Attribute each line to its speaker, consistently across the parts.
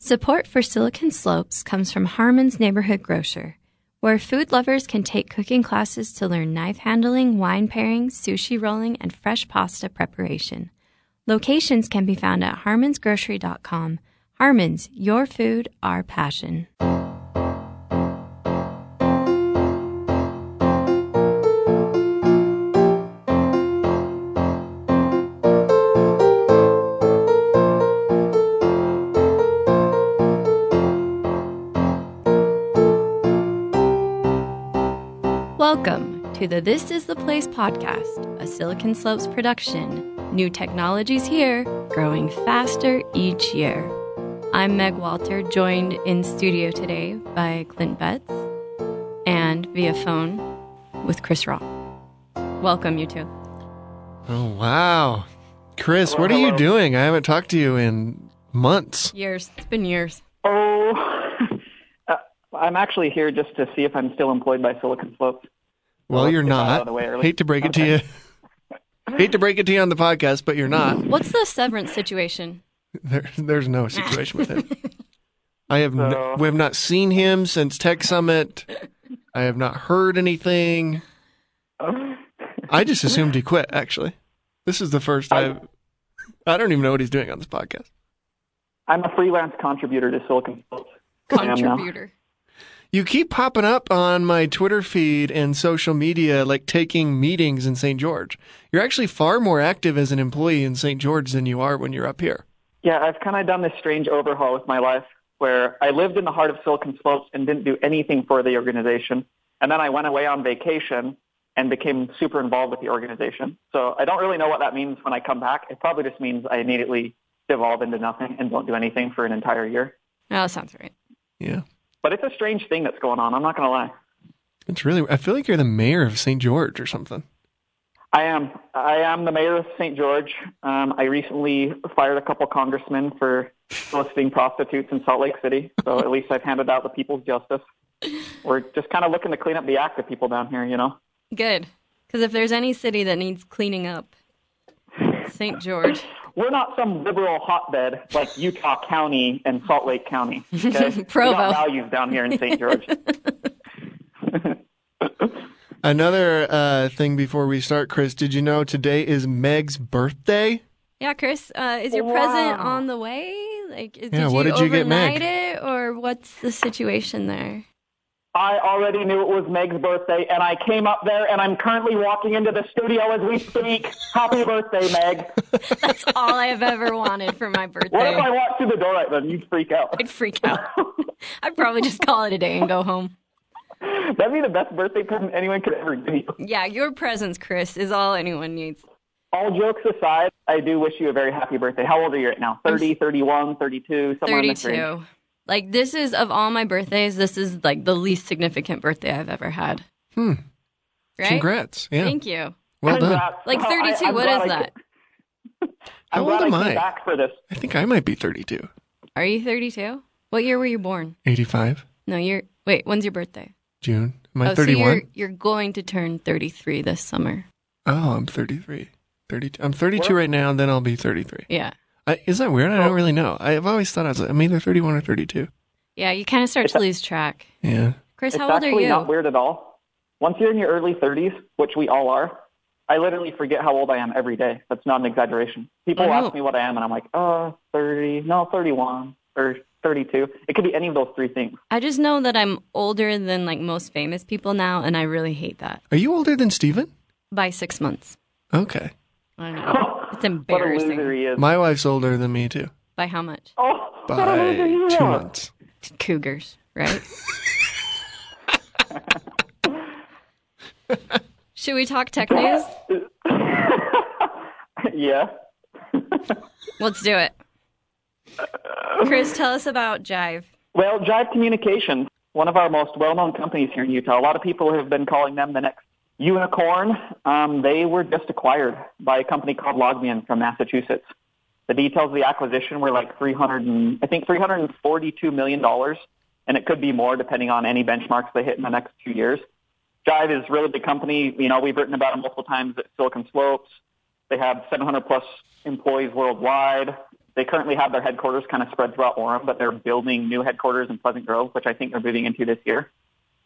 Speaker 1: Support for Silicon Slopes comes from Harmon's Neighborhood Grocer, where food lovers can take cooking classes to learn knife handling, wine pairing, sushi rolling, and fresh pasta preparation. Locations can be found at harmonsgrocery.com. Harmon's, your food, our passion. Welcome to the This is the Place podcast, a Silicon Slopes production. New technologies here, growing faster each year. I'm Meg Walter, joined in studio today by Clint Betts and via phone with Chris Rock. Welcome, you two.
Speaker 2: Oh wow, Chris, what are you doing? I haven't talked to you in months.
Speaker 1: Years. It's been years.
Speaker 3: Oh, uh, I'm actually here just to see if I'm still employed by Silicon Slopes.
Speaker 2: Well,
Speaker 3: let's
Speaker 2: you're
Speaker 3: get that out of
Speaker 2: not.
Speaker 3: Oh, the way early.
Speaker 2: Hate to break it to you. Hate to break it to you on the podcast, but you're not.
Speaker 1: What's the severance situation?
Speaker 2: There, there's no situation with it. I have. n
Speaker 3: So-
Speaker 2: we have not seen him since Tech Summit. I have not heard anything. I just assumed he quit. Actually, this is the first
Speaker 3: I-
Speaker 2: I've. I don't even know what he's doing on this podcast.
Speaker 3: I'm a freelance contributor to Silicon Slopes. I am now.
Speaker 1: Contributor.
Speaker 2: You keep popping up on my Twitter feed and social media, like taking meetings in St. George. You're actually far more active as an employee in St. George than you are when you're up here.
Speaker 3: Yeah, I've kind of done this strange overhaul with my life where I lived in the heart of Silicon Slopes and didn't do anything for the organization. And then I went away on vacation and became super involved with the organization. So I don't really know what that means when I come back. It probably just means I immediately devolve into nothing and don't do anything for an entire year.
Speaker 1: Oh, that sounds right.
Speaker 2: Yeah.
Speaker 3: But it's a strange thing that's going on. I'm not going to lie.
Speaker 2: It's really, I feel like you're the mayor of St. George or something.
Speaker 3: I am. I am the mayor of St. George. Um, I recently fired a couple congressmen for soliciting prostitutes in Salt Lake City. So at least I've handed out the people's justice. We're just kind of looking to clean up the act of people down here, you know.
Speaker 1: Good. Because if there's any city that needs cleaning up, St. George.
Speaker 3: We're not some liberal hotbed like Utah County and Salt Lake County. Okay? We
Speaker 1: Provo.
Speaker 3: got values down here in St. George.
Speaker 2: Another uh, thing before we start, Chris, did you know today is Meg's birthday?
Speaker 1: Yeah, Chris, uh, is your present on the way? Like, is,
Speaker 2: Yeah,
Speaker 1: did,
Speaker 2: what
Speaker 1: you
Speaker 2: did you get, Meg?
Speaker 1: overnight it, or what's the situation there?
Speaker 3: I already knew it was Meg's birthday, and I came up there, and I'm currently walking into the studio as we speak. Happy birthday, Meg!
Speaker 1: That's all I've ever wanted for my
Speaker 3: What if I
Speaker 1: birthday.
Speaker 3: walk through the door right then? You'd freak out.
Speaker 1: I'd freak out. I'd probably just call it a day and go home.
Speaker 3: That'd be the best birthday present anyone could ever give you.
Speaker 1: Yeah, your presence, Chris, is all anyone needs.
Speaker 3: All jokes aside, I do wish you a very happy birthday. How old are you right now? 30, 31, 32, somewhere in this range.
Speaker 1: 32. Like, this is, of all my birthdays, this is like the least significant birthday I've ever had.
Speaker 2: Hmm.
Speaker 1: Right?
Speaker 2: Congrats. Yeah.
Speaker 1: Thank you.
Speaker 2: Well done.
Speaker 3: Congrats.
Speaker 1: Like,
Speaker 3: Well,
Speaker 1: 32,
Speaker 3: I, I'm
Speaker 1: what
Speaker 3: glad
Speaker 1: is
Speaker 3: I
Speaker 1: that?
Speaker 3: could-
Speaker 2: How
Speaker 3: I'm glad
Speaker 2: old am
Speaker 3: I came
Speaker 2: I?
Speaker 3: back for this.
Speaker 2: I think I might be 32.
Speaker 1: Are you 32? What year were you born?
Speaker 2: 85,
Speaker 1: No, you're, wait, when's your birthday?
Speaker 2: June. Am
Speaker 1: oh,
Speaker 2: I
Speaker 1: so
Speaker 2: 31?
Speaker 1: you're, you're going to turn 33 this summer.
Speaker 2: oh, I'm 33. 32. I'm 32 right now, and then I'll be 33.
Speaker 1: Yeah.
Speaker 2: I, is that weird? I don't really know. I've always thought I was like, I'm either 31 or 32.
Speaker 1: Yeah, you kind of start to lose track.
Speaker 2: Yeah.
Speaker 1: Chris,
Speaker 3: it's
Speaker 1: how old are
Speaker 3: actually
Speaker 1: you?
Speaker 3: not weird at all. Once you're in your early 30s, which we all are, I literally forget how old I am every day. That's not an exaggeration. People
Speaker 1: I know.
Speaker 3: ask me what I am, and I'm like, uh, 30, no, 31, or 32. It could be any of those three things.
Speaker 1: I just know that I'm older than like most famous people now, and I really hate that
Speaker 2: Are you older than Steven?
Speaker 1: by six months.
Speaker 2: Okay.
Speaker 1: I don't know. It's
Speaker 3: What a loser
Speaker 1: embarrassing.
Speaker 3: he is.
Speaker 2: My wife's older than me, too,
Speaker 1: By how much?
Speaker 3: oh, what a
Speaker 2: by
Speaker 3: loser you
Speaker 2: two
Speaker 3: are.
Speaker 2: months.
Speaker 1: Cougars, right? Should we talk tech news?
Speaker 3: yeah.
Speaker 1: Let's do it. Chris, tell us about Jive.
Speaker 3: Well, Jive Communications, one of our most well-known companies here in Utah. A lot of people have been calling them the next unicorn. Um, they were just acquired by a company called Logmein from Massachusetts. The details of the acquisition were like 300, and, I think 342 million dollars, and it could be more depending on any benchmarks they hit in the next two years. Jive is a really big company. You know, we've written about them multiple times at Silicon Slopes. They have 700 plus employees worldwide. They currently have their headquarters kind of spread throughout Orem, but they're building new headquarters in Pleasant Grove, which I think they're moving into this year.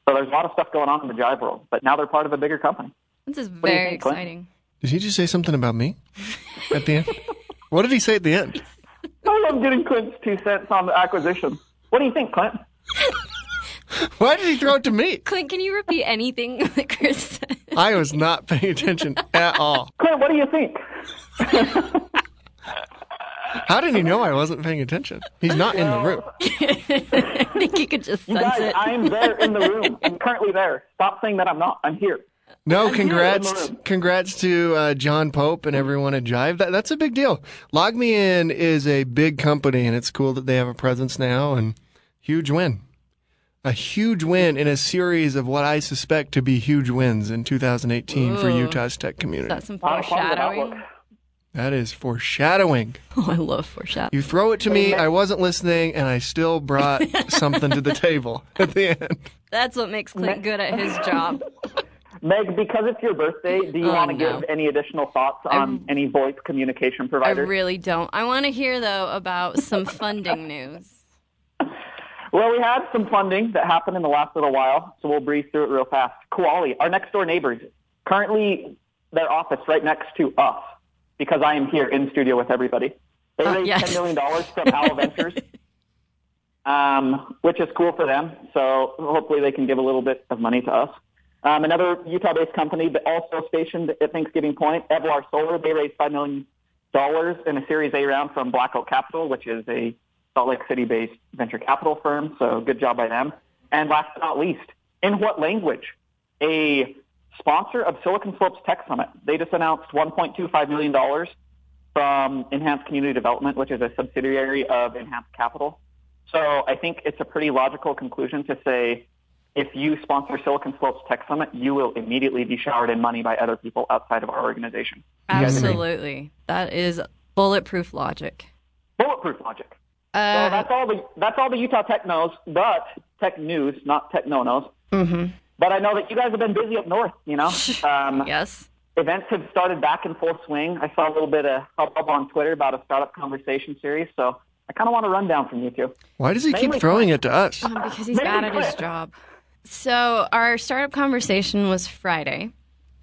Speaker 3: So there's a lot of stuff going on in the Jive world, but now they're part of a bigger company.
Speaker 1: This is
Speaker 3: do you
Speaker 1: very
Speaker 3: think, Clint?
Speaker 1: exciting.
Speaker 2: Did he just say something about me at the end? what did he say at the end?
Speaker 3: I love getting Clint's two cents on the acquisition. What do you think, Clint?
Speaker 2: Why did he throw it to me?
Speaker 1: Clint, can you repeat anything that Chris said?
Speaker 2: I was not paying attention at all.
Speaker 3: Clint, what do you think?
Speaker 2: How did he know I wasn't paying attention? He's not in the room.
Speaker 1: I think you could just sense
Speaker 3: Guys,
Speaker 1: it.
Speaker 3: I'm there in the room. I'm currently there. Stop saying that I'm not. I'm here.
Speaker 2: No,
Speaker 3: I'm
Speaker 2: congrats,
Speaker 3: in the room.
Speaker 2: congrats to uh, John Pope and everyone at Jive. That, that's a big deal. Log Me In is a big company, and it's cool that they have a presence now. And huge win, a huge win in a series of what I suspect to be huge wins in 2018 for
Speaker 1: Ooh.
Speaker 2: Utah's tech community.
Speaker 1: That's some
Speaker 3: Not a positive
Speaker 1: foreshadowing.
Speaker 3: outlook.
Speaker 2: that is foreshadowing.
Speaker 1: Oh, I love foreshadowing.
Speaker 2: You throw it to me, I wasn't listening, and I still brought something to the table at the end.
Speaker 1: That's what makes Clint good at his job.
Speaker 3: Meg, because it's your birthday, do you
Speaker 1: Oh,
Speaker 3: want to
Speaker 1: no.
Speaker 3: give any additional thoughts on any voice communication
Speaker 1: I
Speaker 3: provider?
Speaker 1: really don't. I want to hear though about some funding news.
Speaker 3: well, we had some funding that happened in the last little while, so we'll breeze through it real fast. Kuali, our next door neighbors, currently their office right next to us, because I am here in studio with everybody. They raised
Speaker 1: yes.
Speaker 3: $10 million from Owl Ventures, um, which is cool for them. So hopefully they can give a little bit of money to us. Um, another Utah-based company, but also stationed at Thanksgiving Point, Evlar Solar, they raised $5 million in a Series A round from Black Oak Capital, which is a Salt Lake City-based venture capital firm. So good job by them. And last but not least, in what language? A sponsor of Silicon Slopes Tech Summit. They just announced $1.25 million from Enhanced Community Development, which is a subsidiary of Enhanced Capital. So I think it's a pretty logical conclusion to say if you sponsor Silicon Slopes Tech Summit, you will immediately be showered in money by other people outside of our organization.
Speaker 1: Absolutely. That is bulletproof logic.
Speaker 3: Bulletproof logic. So
Speaker 1: Uh,
Speaker 3: that's all the that's all the Utah tech knows, but tech news, not tech no nos.
Speaker 2: Mm-hmm.
Speaker 1: mhm.
Speaker 3: But I know that you guys have been busy up north. You know, um,
Speaker 1: Yes.
Speaker 3: events have started back in full swing. I saw a little bit of hubbub on Twitter about a startup conversation series, so I kind of want a rundown from you two.
Speaker 2: Why does he keep
Speaker 3: Mainly-
Speaker 2: throwing it to us?
Speaker 1: Um, because he's
Speaker 3: Maybe
Speaker 1: bad at his
Speaker 3: quit.
Speaker 1: job. So our startup conversation was Friday,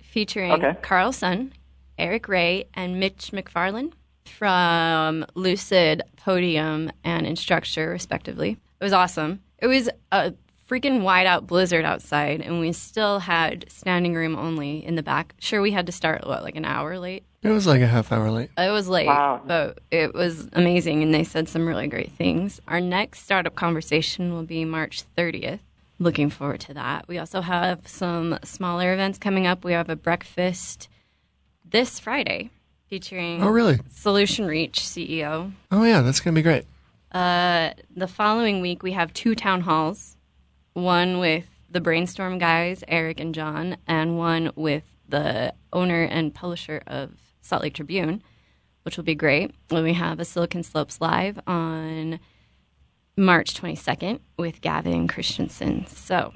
Speaker 1: featuring
Speaker 3: Okay.
Speaker 1: Carl Sun, Eric Ray, and Mitch McFarland from Lucid, Podium, and Instructure, respectively. It was awesome. It was a freaking wide out blizzard outside, and we still had standing room only in the back. Sure, we had to start what like an hour late.
Speaker 2: It was like a half hour late.
Speaker 1: It was late,
Speaker 3: Wow.
Speaker 1: but it was amazing, and they said some really great things. Our next startup conversation will be March 30th. Looking forward to that. We also have some smaller events coming up. We have a breakfast this Friday featuring
Speaker 2: Oh, really?
Speaker 1: Solution Reach E CEO.
Speaker 2: Oh, yeah, that's going to be great.
Speaker 1: Uh, the following week, we have two town halls one with the Brainstorm guys, Eric and John, and one with the owner and publisher of Salt Lake Tribune, which will be great. And we have a Silicon Slopes Live on March 22nd with Gavin Christensen. So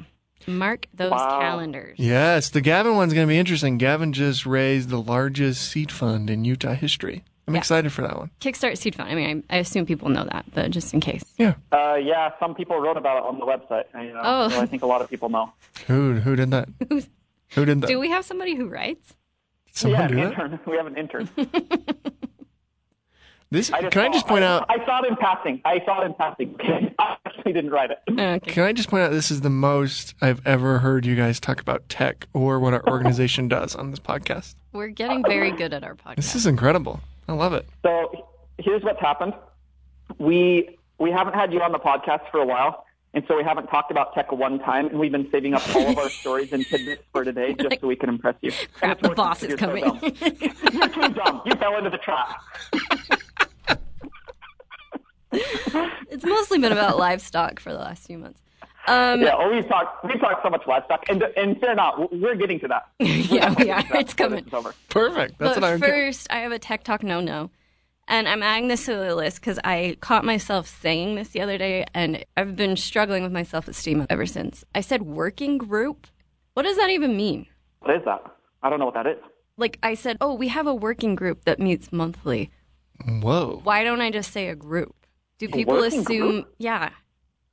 Speaker 1: mark those
Speaker 3: Wow.
Speaker 1: calendars.
Speaker 2: Yes, the Gavin one's going to be interesting. Gavin just raised the largest seed fund in Utah history. I'm excited for that one.
Speaker 1: Kickstart Seed Fund. I mean, I, I assume people know that, but just in case.
Speaker 2: Yeah.
Speaker 3: Uh, yeah, some people wrote about it on the website. You know,
Speaker 1: Oh.
Speaker 3: so I think a lot of people know.
Speaker 2: Who who did that? who did that?
Speaker 1: Do we have somebody who writes?
Speaker 2: Did Someone
Speaker 3: yeah,
Speaker 2: do
Speaker 3: an
Speaker 2: that?
Speaker 3: intern. We have an intern.
Speaker 2: This
Speaker 3: I
Speaker 2: can I
Speaker 3: saw-
Speaker 2: just point out?
Speaker 3: I saw it in passing. I saw it in passing. Okay, I actually didn't write it.
Speaker 1: Okay.
Speaker 2: Can I just point out? This is the most I've ever heard you guys talk about tech or what our organization does on this podcast.
Speaker 1: We're getting very good at our podcast.
Speaker 2: This is incredible. I love it.
Speaker 3: So here's what's happened. We we haven't had you on the podcast for a while, and so we haven't talked about tech one time, and we've been saving up all of our stories and tidbits for today just so we can impress you. And
Speaker 1: Crap,
Speaker 3: it's
Speaker 1: the
Speaker 3: working.
Speaker 1: boss is
Speaker 3: You're so
Speaker 1: coming.
Speaker 3: dumb. You're too dumb. You fell into the trap.
Speaker 1: It's mostly been about livestock for the last few months. Um,
Speaker 3: Yeah, oh, we've talked, we've talked so much livestock, and, and fair enough, we're getting to that.
Speaker 1: yeah, we are. It's
Speaker 3: This
Speaker 1: coming.
Speaker 3: is over.
Speaker 2: Perfect. That's
Speaker 1: but
Speaker 2: what I would do.
Speaker 1: first, I have a tech talk no no, and I'm adding this to the list because I caught myself saying this the other day, and I've been struggling with my self esteem ever since. I said working group. What does that even mean?
Speaker 3: What is that? I don't know what that is.
Speaker 1: Like I said, oh, we have a working group that meets monthly.
Speaker 2: Whoa.
Speaker 1: Why don't I just say a group? Do people
Speaker 3: working
Speaker 1: assume? Yeah.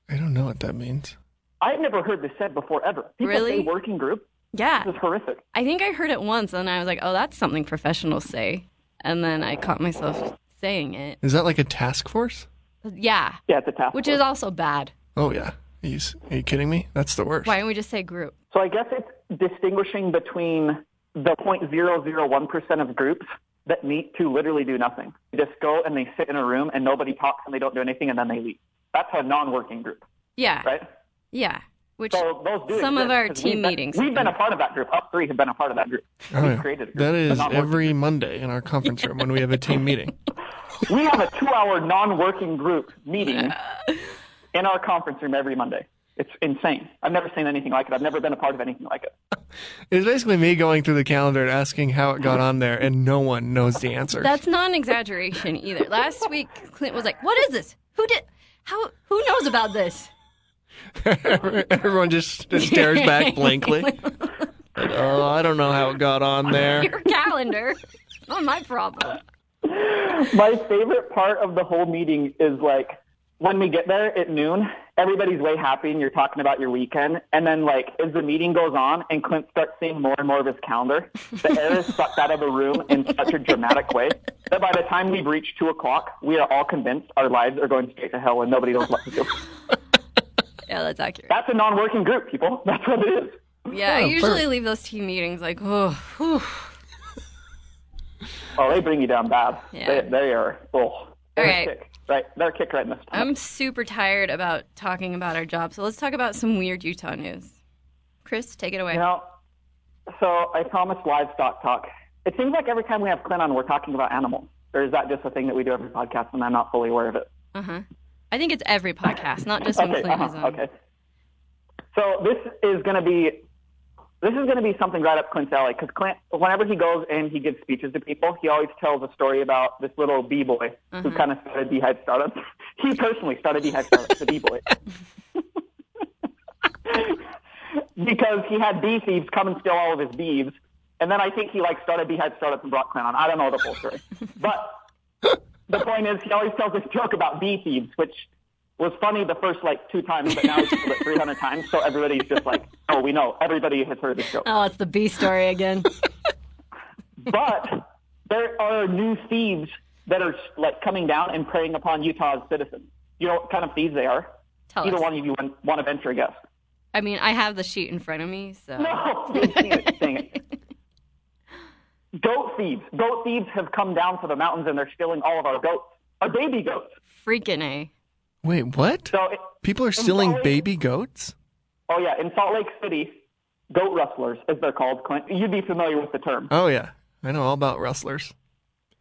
Speaker 2: I don't know what that means.
Speaker 3: I've never heard this said before ever. People
Speaker 1: Really?
Speaker 3: say working group.
Speaker 1: Yeah.
Speaker 3: This is horrific.
Speaker 1: I think I heard it once and I was like, oh, that's something professionals say. And then I caught myself saying it.
Speaker 2: Is that like a task force?
Speaker 1: Yeah.
Speaker 3: Yeah, it's a task.
Speaker 1: Which
Speaker 3: force.
Speaker 1: is also bad.
Speaker 2: Oh, yeah. Are you, s- are you kidding me? That's the worst.
Speaker 1: Why don't we just say group?
Speaker 3: So I guess it's distinguishing between the 0.001% of groups that meet to literally do nothing. They just go and they sit in a room and nobody talks and they don't do anything and then they leave. That's a non-working group,
Speaker 1: Yeah.
Speaker 3: right?
Speaker 1: Yeah. Which
Speaker 3: So those do
Speaker 1: some
Speaker 3: exist,
Speaker 1: of our
Speaker 3: 'cause
Speaker 1: team
Speaker 3: we've been-
Speaker 1: meetings.
Speaker 3: We've been a part of that group. Up three have been a part of that group.
Speaker 2: Oh,
Speaker 3: we've
Speaker 2: yeah.
Speaker 3: created a group.
Speaker 2: That
Speaker 3: but
Speaker 2: is
Speaker 3: not
Speaker 2: every Monday in our conference room when we have a team meeting.
Speaker 3: working. we have a two-hour non-working group meeting in our conference room every Monday. It's insane. I've never seen anything like it. I've never been a part of anything like it.
Speaker 2: It's basically me going through the calendar and asking how it got on there, and no one knows the answer.
Speaker 1: That's not an exaggeration either. Last week, Clint was like, "What is this? Who did? How? Who knows about this?"
Speaker 2: Everyone just stares back blankly. Like, oh, I don't know how it got on there.
Speaker 1: Your calendar. It's Not my problem.
Speaker 3: My favorite part of the whole meeting is like when we get there at noon, everybody's way happy and you're talking about your weekend. And then, like, as the meeting goes on and Clint starts seeing more and more of his calendar, the air is sucked out of the room in such a dramatic way that by the time we've reached two o'clock, we are all convinced our lives are going straight to hell and nobody knows what to do.
Speaker 1: Yeah, that's accurate.
Speaker 3: That's a non working group, people. That's what it is.
Speaker 1: Yeah, I
Speaker 2: Oh,
Speaker 1: usually
Speaker 2: perfect.
Speaker 1: leave those team meetings like, "Oh, whew."
Speaker 3: Oh, they bring you down bad.
Speaker 1: Yeah.
Speaker 3: They, they are. Oh, they're
Speaker 1: right.
Speaker 3: kick. Right. They're a kick right in the stomach.
Speaker 1: I'm super tired about talking about our job." So let's talk about some weird Utah news. Chris, take it away.
Speaker 3: You know, so I promised livestock talk. It seems like every time we have Clint on, we're talking about animals. Or is that just a thing that we do every podcast and I'm not fully aware of it?
Speaker 1: Uh huh. I think it's every podcast, not just when
Speaker 3: Okay,
Speaker 1: Clint is
Speaker 3: uh-huh,
Speaker 1: on.
Speaker 3: okay. So this is going to be this is going to be something right up Clint's alley because Clint, whenever he goes and he gives speeches to people, he always tells a story about this little b boy
Speaker 1: Uh-huh.
Speaker 3: who kind of started Beehive Startups. he personally started Beehive Startups, the b boy. because he had bee thieves come and steal all of his bees. And then I think he like started Beehive Startups and brought Clint on. I don't know the full story. But the point is he always tells this joke about bee thieves, which was funny the first like two times, but now he's told it 300 times. So everybody's just like, oh, we know. Everybody has heard this joke.
Speaker 1: Oh, it's the B story again.
Speaker 3: But there are new thieves that are like coming down and preying upon Utah's citizens. You know what kind of thieves they are?
Speaker 1: Tell
Speaker 3: Either
Speaker 1: us.
Speaker 3: one of you want, want to venture a guess.
Speaker 1: I mean, I have the sheet in front of me, so
Speaker 3: No, dang it, dang it. Goat thieves. Goat thieves have come down to the mountains and they're stealing all of our goats, our baby goats.
Speaker 1: freaking a.
Speaker 2: Wait, what?
Speaker 3: So, it,
Speaker 2: People are stealing baby goats?
Speaker 3: oh yeah, in Salt Lake City, goat rustlers, as they're called, Clint. You'd be familiar with the term.
Speaker 2: Oh, yeah. I know all about rustlers.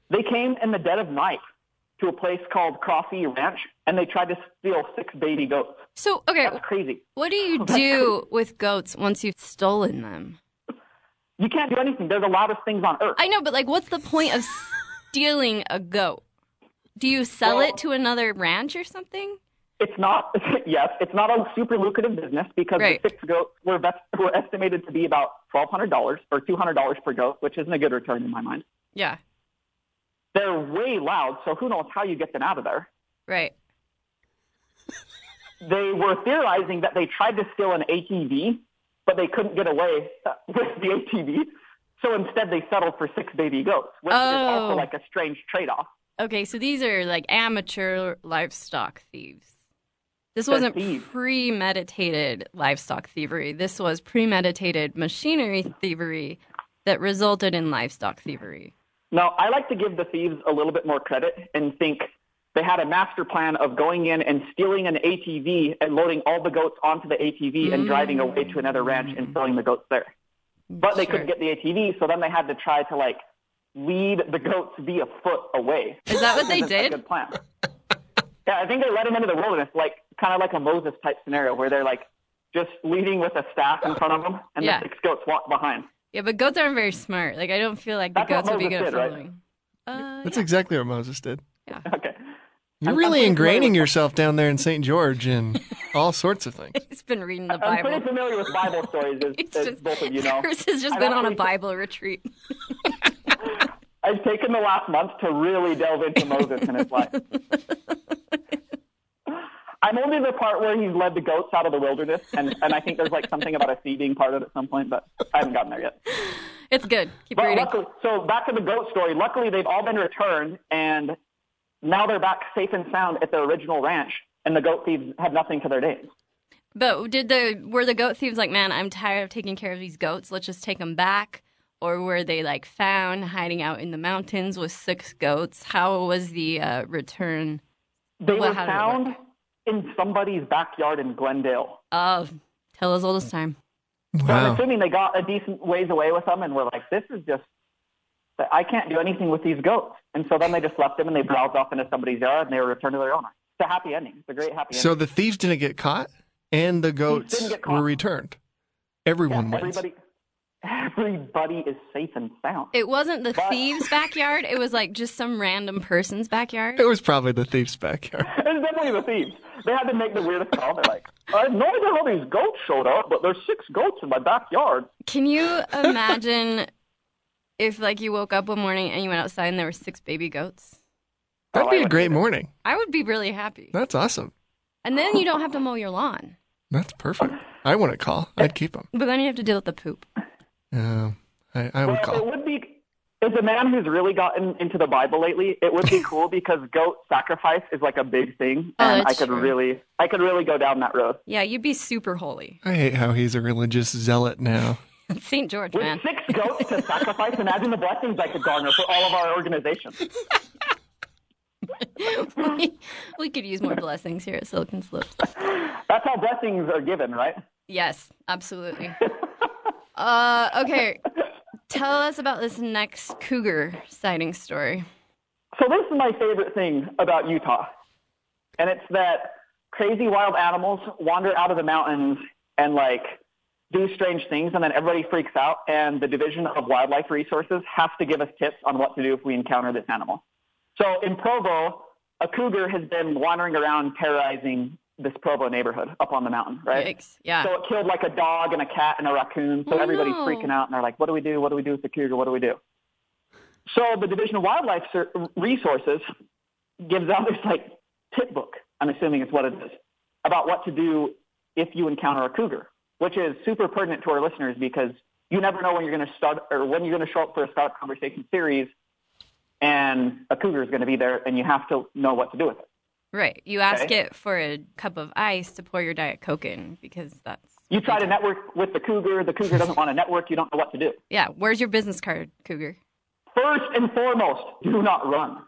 Speaker 3: They came in the dead of night to a place called Coffee Ranch and they tried to steal six baby goats.
Speaker 1: So okay,
Speaker 3: That's crazy.
Speaker 1: What do you do with goats once you've stolen them?
Speaker 3: You can't do anything. They're the loudest things on earth.
Speaker 1: I know, but like, what's the point of stealing a goat? Do you sell
Speaker 3: Well-
Speaker 1: it to another ranch or something?
Speaker 3: It's not, yes, it's not a super lucrative business because
Speaker 1: Right.
Speaker 3: the six goats were, best, were estimated to be about $1,200 or $200 per goat, which isn't a good return in my mind.
Speaker 1: Yeah,
Speaker 3: They're way loud, so who knows how you get them out of there.
Speaker 1: right.
Speaker 3: They were theorizing that they tried to steal an ATV, but they couldn't get away with the ATV. So instead, they settled for six baby goats, which is
Speaker 1: Oh.
Speaker 3: also like a strange trade off.
Speaker 1: Okay, so these are like amateur livestock thieves. This
Speaker 3: They're
Speaker 1: wasn't
Speaker 3: thieves.
Speaker 1: premeditated livestock thievery. This was premeditated machinery thievery that resulted in livestock thievery.
Speaker 3: Now, I like to give the thieves a little bit more credit and think they had a master plan of going in and stealing an ATV and loading all the goats onto the ATV
Speaker 1: Mm.
Speaker 3: and driving away to another ranch and selling the goats there. But they couldn't
Speaker 1: Sure.
Speaker 3: get the ATV, so then they had to try to like lead the goats via foot away.
Speaker 1: Is that what they
Speaker 3: That's a
Speaker 1: did?
Speaker 3: good plan. yeah, I think they led them into the wilderness, like kind of like a Moses type scenario where they're like just leading with a staff in front of them and
Speaker 1: Yeah.
Speaker 3: the six goats walk behind.
Speaker 1: Yeah, but goats aren't very smart. Like, I don't feel like the
Speaker 3: That's what
Speaker 1: goats would be
Speaker 3: Moses
Speaker 1: good at
Speaker 3: did, right?
Speaker 1: following. Uh,
Speaker 2: That's exactly what Moses did.
Speaker 3: Okay.
Speaker 2: You're
Speaker 3: I'm-
Speaker 2: really
Speaker 3: I'm pretty familiar
Speaker 2: ingraining
Speaker 3: with-
Speaker 2: yourself down there in St. George and all sorts of things.
Speaker 1: He's been reading the
Speaker 3: I'm
Speaker 1: Bible.
Speaker 3: pretty familiar with Bible stories, as,
Speaker 1: It's
Speaker 3: as
Speaker 1: just
Speaker 3: both of you know.
Speaker 1: Chris has just
Speaker 3: I've
Speaker 1: been on a
Speaker 3: actually-
Speaker 1: Bible retreat.
Speaker 3: I've taken the last month to really delve into Moses and his life. I'm only the part where he's led the goats out of the wilderness, and, and I think there's like something about a sea being part of it at some point, but I haven't gotten there yet.
Speaker 1: It's good. Keep
Speaker 3: But
Speaker 1: reading.
Speaker 3: luckily, so back to the goat story. Luckily, they've all been returned, and now they're back safe and sound at their original ranch, and the goat thieves have nothing to their names.
Speaker 1: But did the were the goat thieves like, man, I'm tired of taking care of these goats. Let's just take them back. Or were they like found hiding out in the mountains with six goats? How was the uh, return?
Speaker 3: They
Speaker 1: Well,
Speaker 3: were
Speaker 1: how did it
Speaker 3: found in somebody's backyard in Glendale.
Speaker 1: Oh, tell us all this time.
Speaker 3: So I'm
Speaker 2: Wow.
Speaker 3: assuming they got a decent ways away with them and were like, this is just, I can't do anything with these goats. And so then they just left them and they browsed off into somebody's yard and they were returned to their owner. It's a happy ending. It's a great happy
Speaker 2: So
Speaker 3: ending.
Speaker 2: the thieves didn't get caught, and the goats
Speaker 3: didn't get caught.
Speaker 2: were returned. Everyone
Speaker 3: Yeah,
Speaker 2: wins.
Speaker 3: everybody, everybody is safe and sound.
Speaker 1: It wasn't the
Speaker 3: But-
Speaker 1: thieves' backyard. It was like just some random person's backyard.
Speaker 2: It was probably the thieves' backyard.
Speaker 3: It's definitely the thieves. They had to make the weirdest call. They're like, "Uh, I have no idea how these goats showed up, but there's six goats in my backyard.
Speaker 1: Can you imagine if like you woke up one morning and you went outside and there were six baby goats?
Speaker 2: That'd
Speaker 3: Oh,
Speaker 2: be
Speaker 3: I
Speaker 2: a
Speaker 3: would
Speaker 2: great
Speaker 3: hate it.
Speaker 2: morning.
Speaker 1: I would be really happy.
Speaker 2: That's awesome.
Speaker 1: And then you don't have to mow your lawn.
Speaker 2: That's perfect. I wouldn't call. I'd keep them.
Speaker 1: But then you have to deal with the poop.
Speaker 2: Uh, I, I would
Speaker 3: Well, it
Speaker 2: call.
Speaker 3: would be, as a man who's really gotten into the Bible lately, it would be cool because goat sacrifice is like a big thing,
Speaker 1: Oh,
Speaker 3: and I
Speaker 1: that's
Speaker 3: could
Speaker 1: true.
Speaker 3: really, I could really go down that road.
Speaker 1: Yeah, you'd be super holy.
Speaker 2: I hate how he's a religious zealot now.
Speaker 1: St. George,
Speaker 3: With
Speaker 1: man.
Speaker 3: six goats to sacrifice, imagine the blessings I could garner for all of our organizations.
Speaker 1: we, we could use more blessings here at Silicon Slopes.
Speaker 3: That's how blessings are given, right?
Speaker 1: Yes, absolutely. Uh, okay, tell us about this next cougar sighting story.
Speaker 3: So this is my favorite thing about Utah, and it's that crazy wild animals wander out of the mountains and like do strange things, and then everybody freaks out, and the Division of Wildlife Resources has to give us tips on what to do if we encounter this animal. So in Provo, a cougar has been wandering around terrorizing this Provo neighborhood up on the mountain, right?
Speaker 1: Yikes. Yeah.
Speaker 3: So it killed like a dog and a cat and a raccoon. So
Speaker 1: Ah. Oh,
Speaker 3: everybody's
Speaker 1: no.
Speaker 3: freaking out and they're like, what do we do? What do we do with the cougar? What do we do? So the Division of Wildlife Ser- Resources gives out this like tip book, I'm assuming it's what it is, about what to do if you encounter a cougar, which is super pertinent to our listeners because you never know when you're going to start or when you're going to show up for a start conversation series and a cougar is going to be there and you have to know what to do with it.
Speaker 1: Right. You ask
Speaker 3: Okay.
Speaker 1: it for a cup of ice to pour your Diet Coke in because that's,
Speaker 3: You try to network with the cougar, the cougar doesn't want to network, you don't know what to do.
Speaker 1: yeah, where's your business card, cougar?
Speaker 3: First and foremost, do not run.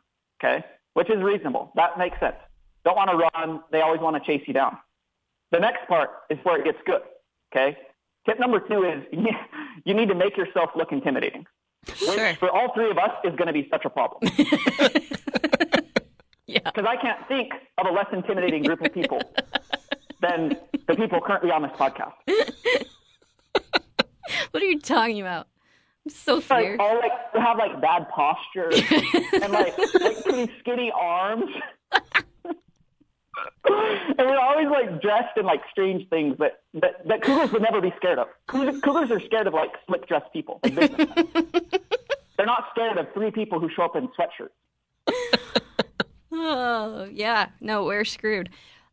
Speaker 3: Okay? Which is reasonable. That makes sense. Don't want to run. They always want to chase you down. The next part is where it gets good. Okay? Tip number two is you need to make yourself look intimidating. Which
Speaker 1: Sure.
Speaker 3: for all three of us is going to be such a problem.
Speaker 1: Yeah.
Speaker 3: Because I can't think of a less intimidating group of people than the people currently on this podcast.
Speaker 1: What are you talking about? I'm so
Speaker 3: like
Speaker 1: fierce.
Speaker 3: all like have like bad posture and like like pretty skinny arms. and we're always like dressed in like strange things that that, that cougars would never be scared of. Cougars, cougars are scared of like slick dressed people. Like businessmen. They're not scared of three people who show up in sweatshirts.
Speaker 1: Oh, yeah. No, we're screwed.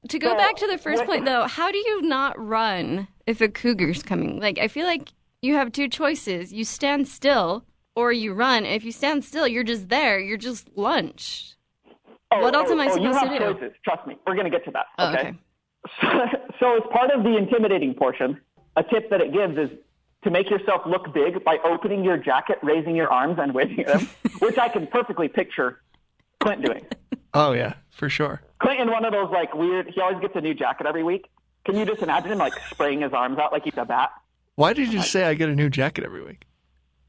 Speaker 1: To go
Speaker 3: So,
Speaker 1: back to the first
Speaker 3: what-
Speaker 1: point, though, how do you not run if a cougar's coming? Like, I feel like you have two choices you stand still or you run. If you stand still, you're just there, you're just lunch.
Speaker 3: Oh,
Speaker 1: What else
Speaker 3: oh,
Speaker 1: am I
Speaker 3: oh, you
Speaker 1: supposed
Speaker 3: have
Speaker 1: to do?
Speaker 3: Choices. Trust me, we're gonna get to that.
Speaker 1: Oh, okay.
Speaker 3: so as part of the intimidating portion, a tip that it gives is to make yourself look big by opening your jacket, raising your arms, and waving them, which I can perfectly picture Clint doing.
Speaker 2: Oh yeah, for sure.
Speaker 3: Clint in one of those like weird. He always gets a new jacket every week. Can you just imagine him like spraying his arms out like he's a bat?
Speaker 2: Why did you say I get a new jacket every week?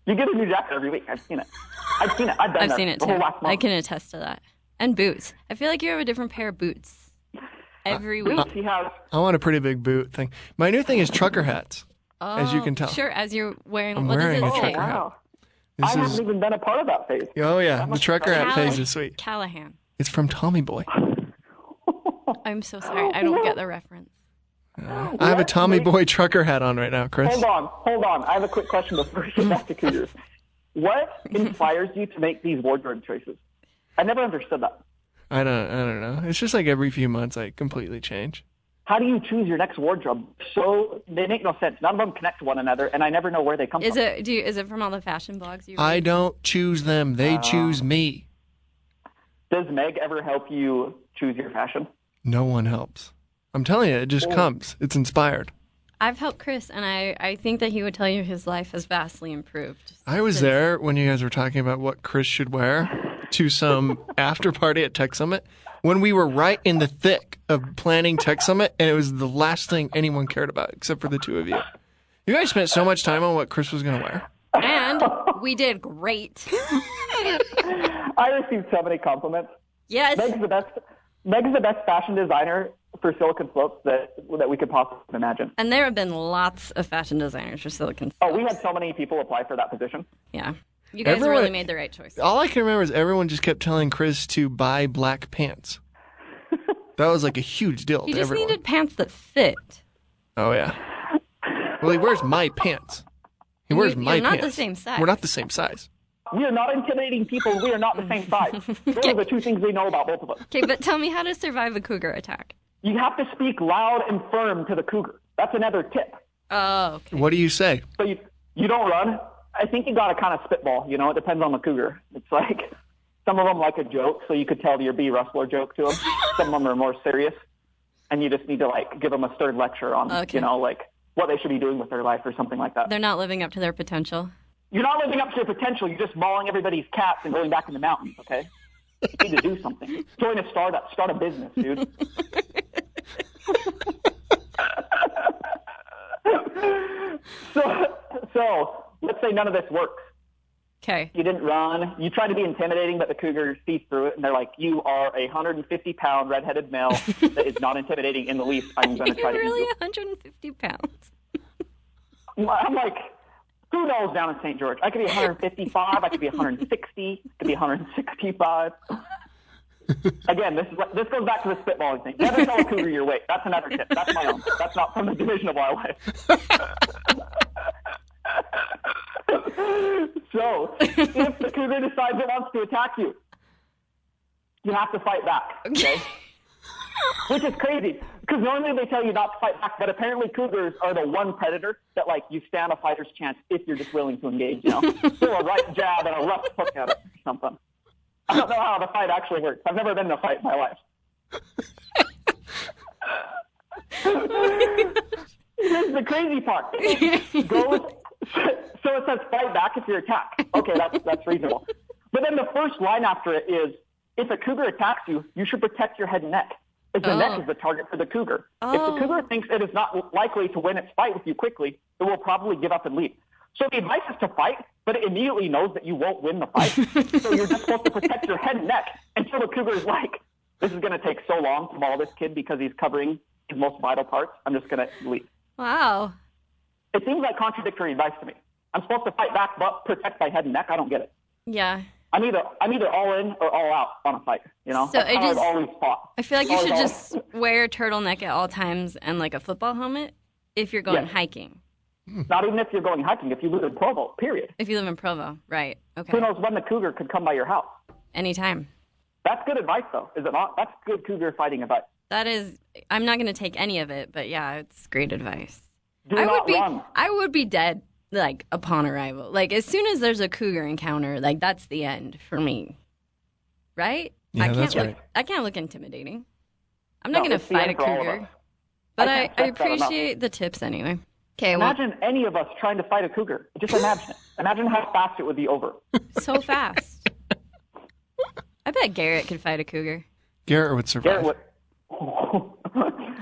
Speaker 3: You get a new jacket every week. I've seen it. I've seen it. I've been
Speaker 1: I've
Speaker 3: there
Speaker 1: seen it
Speaker 3: the
Speaker 1: too.
Speaker 3: whole last month.
Speaker 1: I can attest to that. And boots. I feel like you have a different pair of boots every week.
Speaker 3: He has.
Speaker 2: I want a pretty big boot thing. My new thing is trucker hats. as you
Speaker 1: Oh,
Speaker 2: can tell.
Speaker 1: Sure, as you're wearing.
Speaker 2: I'm
Speaker 1: what does
Speaker 2: wearing
Speaker 1: it
Speaker 2: a
Speaker 1: say?
Speaker 3: Oh
Speaker 2: trucker hat.
Speaker 3: wow! I
Speaker 2: This
Speaker 3: haven't
Speaker 2: is
Speaker 3: even been a part of that phase.
Speaker 2: oh yeah, the
Speaker 3: must-
Speaker 2: trucker hat
Speaker 1: Callahan.
Speaker 2: phase is sweet.
Speaker 1: Callahan.
Speaker 2: It's from Tommy Boy.
Speaker 1: I'm
Speaker 3: Oh,
Speaker 1: so sorry. I don't get the reference.
Speaker 2: I have a
Speaker 3: Yes,
Speaker 2: Tommy
Speaker 3: wait.
Speaker 2: Boy trucker hat on right now, Chris.
Speaker 3: Hold on, hold on. I have a quick question before we get back to Cougars. What inspires you to make these wardrobe choices? I never understood that.
Speaker 2: I don't. I don't know. It's just like every few months I completely change.
Speaker 3: How do you choose your next wardrobe? So they make no sense. None of them connect to one another, and I never know where they come
Speaker 1: Is
Speaker 3: from.
Speaker 1: it do you, is it from all the fashion blogs you
Speaker 2: I
Speaker 1: read?
Speaker 2: don't choose them. They choose me.
Speaker 3: Does Meg ever help you choose your fashion?
Speaker 2: No one helps. I'm telling you, it just comes. It's inspired.
Speaker 1: I've helped Chris, and I, I think that he would tell you his life has vastly improved.
Speaker 2: I was
Speaker 1: since-
Speaker 2: there when you guys were talking about what Chris should wear to some after party at Tech Summit when we were right in the thick of planning Tech Summit, and it was the last thing anyone cared about except for the two of you. You guys spent so much time on what Chris was going to wear.
Speaker 1: And we did great.
Speaker 3: I received so many compliments.
Speaker 1: yes.
Speaker 3: Meg's the best. Meg's the best fashion designer for Silicon Slopes that that we could possibly imagine.
Speaker 1: And there have been lots of fashion designers for Silicon
Speaker 3: Oh,
Speaker 1: Slopes.
Speaker 3: we had so many people apply for that position.
Speaker 1: Yeah. You guys
Speaker 2: Everyone-
Speaker 1: really made the right choice.
Speaker 2: All I can remember is everyone just kept telling Chris to buy black pants. That was like a huge deal.
Speaker 1: He
Speaker 2: to
Speaker 1: just
Speaker 2: everyone.
Speaker 1: needed pants that fit.
Speaker 2: Oh yeah. Well, he wears my pants. He wears
Speaker 1: You're-
Speaker 2: my
Speaker 1: you're not
Speaker 2: pants.
Speaker 1: the same size.
Speaker 2: We're not the same size.
Speaker 3: We are not intimidating people. We are not the same size. Those are the two things we know about both of us.
Speaker 1: Okay, but tell me how to survive a cougar attack.
Speaker 3: You have to speak loud and firm to the cougar. That's another tip.
Speaker 1: Oh, okay.
Speaker 2: What do you say?
Speaker 3: So you you don't run. I think you got to kind of spitball. You know, it depends on the cougar. It's like some of them like a joke, so you could tell your B rustler joke to them. some of them are more serious, and you just need to like give them a stern lecture on
Speaker 1: Okay.
Speaker 3: you know like what they should be doing with their life or something like that.
Speaker 1: They're not living up to their potential.
Speaker 3: You're not living up to your potential. You're just mauling everybody's cats and going back in the mountains. Okay, you need to do something. Join a startup. Start a business, dude. so, so let's say none of this works.
Speaker 1: Okay.
Speaker 3: You didn't run. You tried to be intimidating, but the cougar sees through it, and they're like, "You are a 150 pound redheaded male that is not intimidating in the least. I'm going to
Speaker 1: You're
Speaker 3: try to eat
Speaker 1: really
Speaker 3: you."
Speaker 1: 150 pounds.
Speaker 3: I'm like, who knows down in St. George? I could be 155. I could be 160. I could be 165. Again, this is what, this goes back to the spitballing thing. Never tell a cougar your weight. That's another tip. That's my own. That's not from the Division of Wildlife. so, if the cougar decides it wants to attack you, you have to fight back. Okay. Which is crazy, because normally they tell you not to fight back, but apparently cougars are the one predator that like you stand a fighter's chance if you're just willing to engage. You know, throw a right jab and a left hook at it or something. I don't know how the fight actually works. I've never been in a fight in my life. Here's the crazy part. It Goes, so it says fight back if you're attacked. Okay, that's that's reasonable. But then the first line after it is, if a cougar attacks you, you should protect your head and neck. If the
Speaker 1: Oh.
Speaker 3: neck is the target for the cougar. If
Speaker 1: Oh.
Speaker 3: the cougar thinks it is not likely to win its fight with you quickly, it will probably give up and leave. So the advice is to fight, but it immediately knows that you won't win the fight. so you're just supposed to protect your head and neck until the cougar is like, this is going to take so long to maul this kid because he's covering his most vital parts. I'm just going to leave.
Speaker 1: Wow.
Speaker 3: It seems like contradictory advice to me. I'm supposed to fight back, but protect my head and neck. I don't get it.
Speaker 1: Yeah.
Speaker 3: I'm either I'm either all in or all out on a fight. You know,
Speaker 1: So
Speaker 3: That's
Speaker 1: it
Speaker 3: how
Speaker 1: is-
Speaker 3: I've always fought.
Speaker 1: I feel like you
Speaker 3: Always,
Speaker 1: should
Speaker 3: always.
Speaker 1: just wear a turtleneck at all times and like a football helmet if you're going
Speaker 3: Yes.
Speaker 1: hiking.
Speaker 3: not even if you're going hiking. If you live in Provo, period.
Speaker 1: If you live in Provo, right?
Speaker 3: Who
Speaker 1: Okay.
Speaker 3: knows when the cougar could come by your house?
Speaker 1: Anytime.
Speaker 3: That's good advice, though, is it not? That's good cougar fighting advice.
Speaker 1: That is I'm not going to take any of it, but yeah, it's great advice.
Speaker 3: Do
Speaker 1: I would
Speaker 3: not
Speaker 1: be
Speaker 3: run.
Speaker 1: I would be dead like upon arrival. Like as soon as there's a cougar encounter, like that's the end for me. Right?
Speaker 2: Yeah,
Speaker 1: I can't
Speaker 2: that's
Speaker 1: look
Speaker 2: right.
Speaker 1: I can't look intimidating. I'm not
Speaker 3: No,
Speaker 1: going
Speaker 3: it's
Speaker 1: to
Speaker 3: the
Speaker 1: fight a
Speaker 3: end for all of
Speaker 1: cougar.
Speaker 3: us.
Speaker 1: But
Speaker 3: I
Speaker 1: I,
Speaker 3: can't
Speaker 1: I
Speaker 3: stress that enough.
Speaker 1: appreciate the tips anyway. Okay, well,
Speaker 3: Imagine any of us trying to fight a cougar. Just imagine it. Imagine how fast it would be over.
Speaker 1: so fast. I bet Garrett could fight a cougar.
Speaker 2: Garrett would survive.
Speaker 3: Garrett would.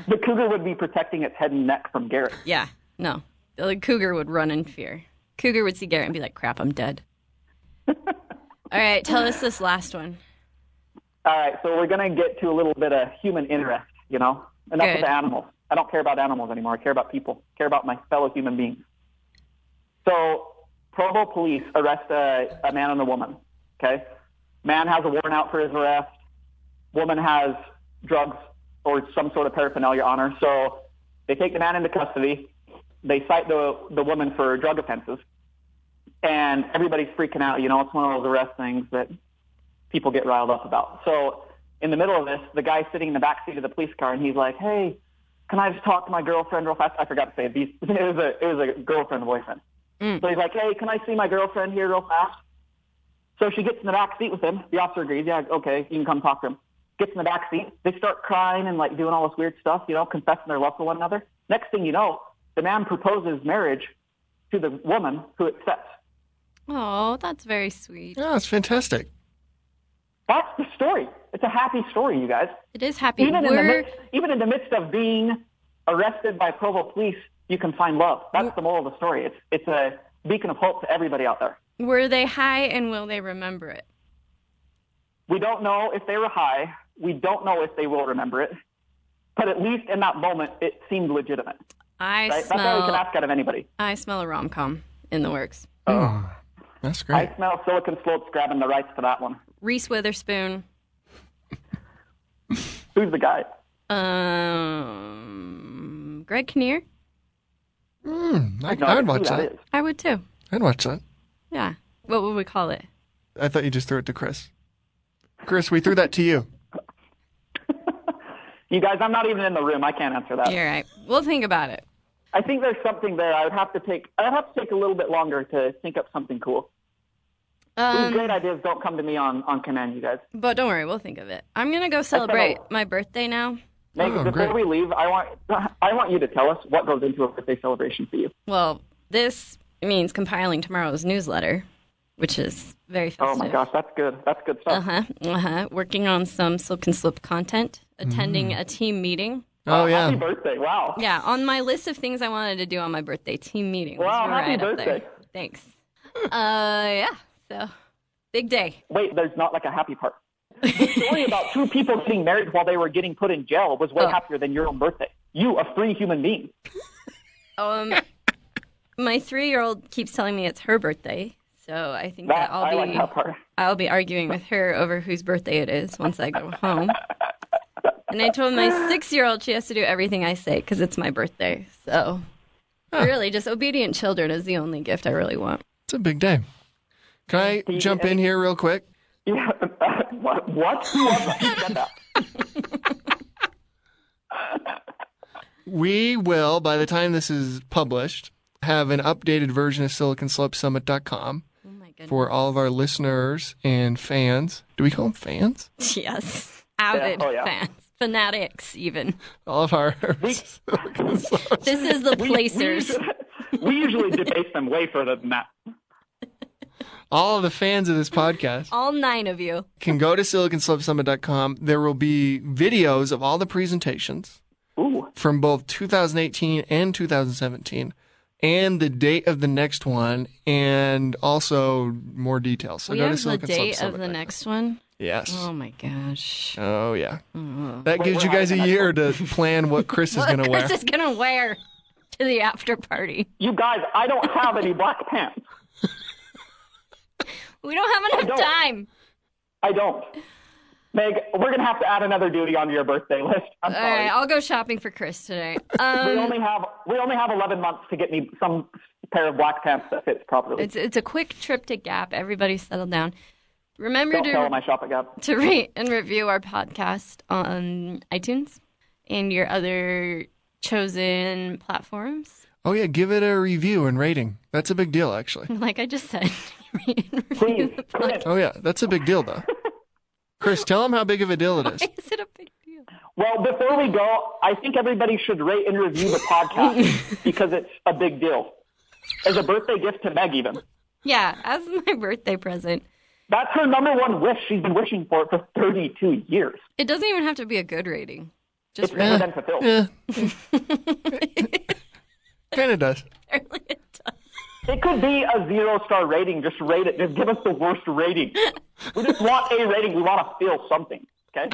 Speaker 3: the cougar would be protecting its head and neck from Garrett.
Speaker 1: Yeah, no. The cougar would run in fear. Cougar would see Garrett and be like, crap, I'm dead. All right, tell us this last one.
Speaker 3: All right, so we're going to get to a little bit of human interest, you know? Enough
Speaker 1: Good.
Speaker 3: with animals. I don't care about animals anymore. I care about people. I care about my fellow human beings. So, Provo police arrest a, a man and a woman, okay? Man has a warrant out for his arrest. Woman has drugs or some sort of paraphernalia on her. So, they take the man into custody. They cite the, the woman for drug offenses. and everybody's freaking out. You know, it's one of those arrest things that people get riled up about. So in the middle of this, the guy sitting in the back seat of the police car, and he's like, "Hey, can I just talk to my girlfriend real fast?" I forgot to say these. It was a it was a girlfriend boyfriend.
Speaker 1: Mm.
Speaker 3: So he's like, "Hey, can I see my girlfriend here real fast?" So she gets in the back seat with him. The officer agrees. Yeah, okay, you can come talk to him. Gets in the back seat. They start crying and like doing all this weird stuff, you know, confessing their love for one another. Next thing you know, the man proposes marriage to the woman who accepts.
Speaker 1: Oh, that's very sweet.
Speaker 2: Yeah, it's Oh, fantastic.
Speaker 3: That's the story. It's a happy story, you guys.
Speaker 1: It is happy.
Speaker 3: Even in, the
Speaker 1: We're
Speaker 3: midst, even in the midst of being arrested by Provo police, you can find love. That's the moral of the story. It's, it's a beacon of hope to everybody out there.
Speaker 1: were they high and will they remember it?
Speaker 3: We don't know if they were high. We don't know if they will remember it. But at least in that moment, it seemed legitimate.
Speaker 1: I
Speaker 3: Right? That's all we can
Speaker 1: smell.
Speaker 3: ask out of anybody.
Speaker 1: I smell a rom com in the works.
Speaker 2: Oh, that's great.
Speaker 3: I smell Silicon Slopes grabbing the rights to that one.
Speaker 1: Reese Witherspoon.
Speaker 3: Who's the guy?
Speaker 1: Um, Greg Kinnear.
Speaker 2: Mm, I,
Speaker 3: No,
Speaker 2: I'd
Speaker 3: who
Speaker 2: watch
Speaker 3: that
Speaker 2: that.
Speaker 3: is.
Speaker 1: I would too.
Speaker 2: I'd watch that.
Speaker 1: Yeah. What would we call it?
Speaker 2: I thought you just threw it to Chris. Chris, we threw that to you.
Speaker 3: You guys, I'm not even in the room. I can't answer that.
Speaker 1: You're right. We'll think about it.
Speaker 3: I think there's something there. I would have to take. I'd have to take a little bit longer to think up something cool. These
Speaker 1: Um,
Speaker 3: great ideas don't come to me on on command, you guys.
Speaker 1: but don't worry, we'll think of it. I'm gonna go celebrate my birthday now.
Speaker 3: Meg,
Speaker 2: Oh,
Speaker 3: before
Speaker 2: great.
Speaker 3: we leave, I want I want you to tell us what goes into a birthday celebration for you.
Speaker 1: Well, this means compiling tomorrow's newsletter, which is very festive.
Speaker 3: Oh my gosh, that's good. That's good
Speaker 1: Uh
Speaker 3: stuff.
Speaker 1: huh. Uh huh. Working on some silk and slip content, attending a team meeting.
Speaker 2: Oh,
Speaker 3: Uh, Happy
Speaker 2: yeah.
Speaker 3: birthday! Wow.
Speaker 1: Yeah, on my list of things I wanted to do on my birthday, team meeting. was
Speaker 3: Wow, happy
Speaker 1: right up there.
Speaker 3: birthday.
Speaker 1: Thanks. Uh, yeah. So, big day.
Speaker 3: Wait, there's not like a happy part. The story about two people getting married while they were getting put in jail was way
Speaker 1: Oh.
Speaker 3: happier than your own birthday. You, a free human being.
Speaker 1: Um, my three-year-old keeps telling me it's her birthday, so I think
Speaker 3: That,
Speaker 1: that,
Speaker 3: I
Speaker 1: I'll
Speaker 3: like
Speaker 1: be
Speaker 3: that part.
Speaker 1: I'll be arguing with her over whose birthday it is once I go home. And I told my six-year-old she has to do everything I say because it's my birthday. So, really, just obedient children is the only gift I really want.
Speaker 2: It's a big day. Can I jump in here real quick?
Speaker 3: Yeah. what? What? Who was that? Who said that?
Speaker 2: We will, by the time this is published, have an updated version of SiliconSlopeSummit.com
Speaker 1: Oh my goodness.
Speaker 2: for all of our listeners and fans. Do we call them fans?
Speaker 1: Yes. Avid
Speaker 3: Yeah, oh, yeah.
Speaker 1: fans. Fanatics, even.
Speaker 2: All of our.
Speaker 1: This is the
Speaker 3: We-
Speaker 1: placers.
Speaker 3: We, usually- we usually debase them way further than that.
Speaker 2: all of the fans of this podcast.
Speaker 1: All nine of you.
Speaker 2: can go to siliconslopsummit.com. There will be videos of all the presentations
Speaker 3: Ooh.
Speaker 2: from both 2018 and 2017 and the date of the next one and also more details. So
Speaker 1: we
Speaker 2: go
Speaker 1: have
Speaker 2: to
Speaker 1: the date of the
Speaker 2: siliconslopsummit.com.
Speaker 1: next one.
Speaker 2: Yes.
Speaker 1: Oh my gosh.
Speaker 2: oh, yeah. That gives
Speaker 3: we're
Speaker 2: you guys a
Speaker 3: having a
Speaker 2: year to plan what Chris is
Speaker 1: What
Speaker 2: going to wear.
Speaker 1: Chris is gonna wear to the after party.
Speaker 3: You guys, I don't have any black pants.
Speaker 1: We don't have enough
Speaker 3: don't.
Speaker 1: time.
Speaker 3: I don't. Meg, we're gonna have to add another duty onto your birthday list. I'm
Speaker 1: All
Speaker 3: sorry.
Speaker 1: right, I'll go shopping for Chris today.
Speaker 3: we
Speaker 1: Um,
Speaker 3: only have we only have 11 months to get me some pair of black pants that fits properly.
Speaker 1: it's it's a quick trip to Gap. Everybody settle down. Remember
Speaker 3: Don't
Speaker 1: to
Speaker 3: tell them I shop at Gap.
Speaker 1: to rate and review our podcast on iTunes and your other chosen platforms.
Speaker 2: oh, yeah. Give it a review and rating. That's a big deal, actually.
Speaker 1: Like I just said, rate and review
Speaker 3: Please,
Speaker 1: the
Speaker 3: Clint.
Speaker 1: podcast.
Speaker 2: Oh, yeah. That's a big deal, though. Chris, tell them how big of a deal it is.
Speaker 1: Is it a big deal?
Speaker 3: Well, before we go, I think everybody should rate and review the podcast because it's a big deal. As a birthday gift to Meg, even.
Speaker 1: Yeah, as my birthday present.
Speaker 3: That's her number one wish. She's been wishing for it for 32 years.
Speaker 1: It doesn't even have to be a good rating.
Speaker 3: It's
Speaker 1: Just
Speaker 3: never been fulfilled.
Speaker 2: Yeah. kind of does.
Speaker 1: apparently it does.
Speaker 3: It could be a zero star rating. Just rate it. Just give us the worst rating. We just want a rating. We want to feel something. Okay.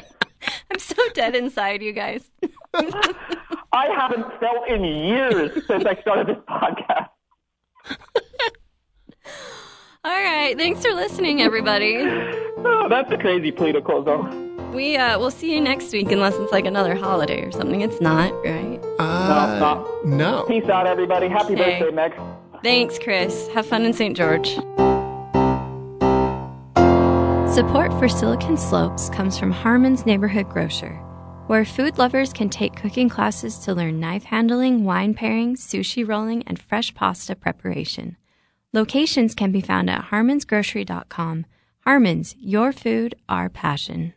Speaker 1: I'm so dead inside, you guys.
Speaker 3: I haven't felt in years since I started this podcast.
Speaker 1: All right, thanks for listening, everybody.
Speaker 3: Oh, that's a crazy plea to close on.
Speaker 1: We uh, we'll see you next week, unless it's like another holiday or something. It's not, right?
Speaker 2: Uh,
Speaker 3: not.
Speaker 2: no.
Speaker 3: Peace out, everybody. Happy
Speaker 1: Hey.
Speaker 3: birthday, Meg.
Speaker 1: Thanks, Chris. Have fun in St. George. Support for Silicon Slopes comes from Harmon's Neighborhood Grocer, where food lovers can take cooking classes to learn knife handling, wine pairing, sushi rolling, and fresh pasta preparation. Locations can be found at harmonsgrocery.com. Harmon's, your food, our passion.